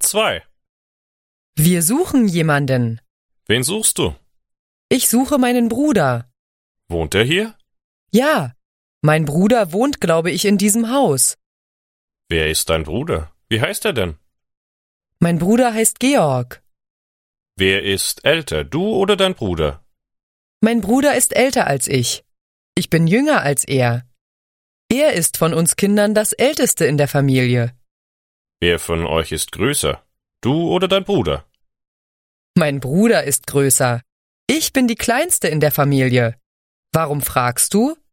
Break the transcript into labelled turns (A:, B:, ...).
A: 2.
B: Wir suchen jemanden.
A: Wen suchst du?
B: Ich suche meinen Bruder.
A: Wohnt er hier?
B: Ja, mein Bruder wohnt, glaube ich, in diesem Haus.
A: Wer ist dein Bruder? Wie heißt er denn?
B: Mein Bruder heißt Georg.
A: Wer ist älter, du oder dein Bruder?
B: Mein Bruder ist älter als ich. Ich bin jünger als er. Er ist von uns Kindern das Älteste in der Familie.
A: Wer von euch ist größer, du oder dein Bruder?
B: Mein Bruder ist größer. Ich bin die Kleinste in der Familie. Warum fragst du?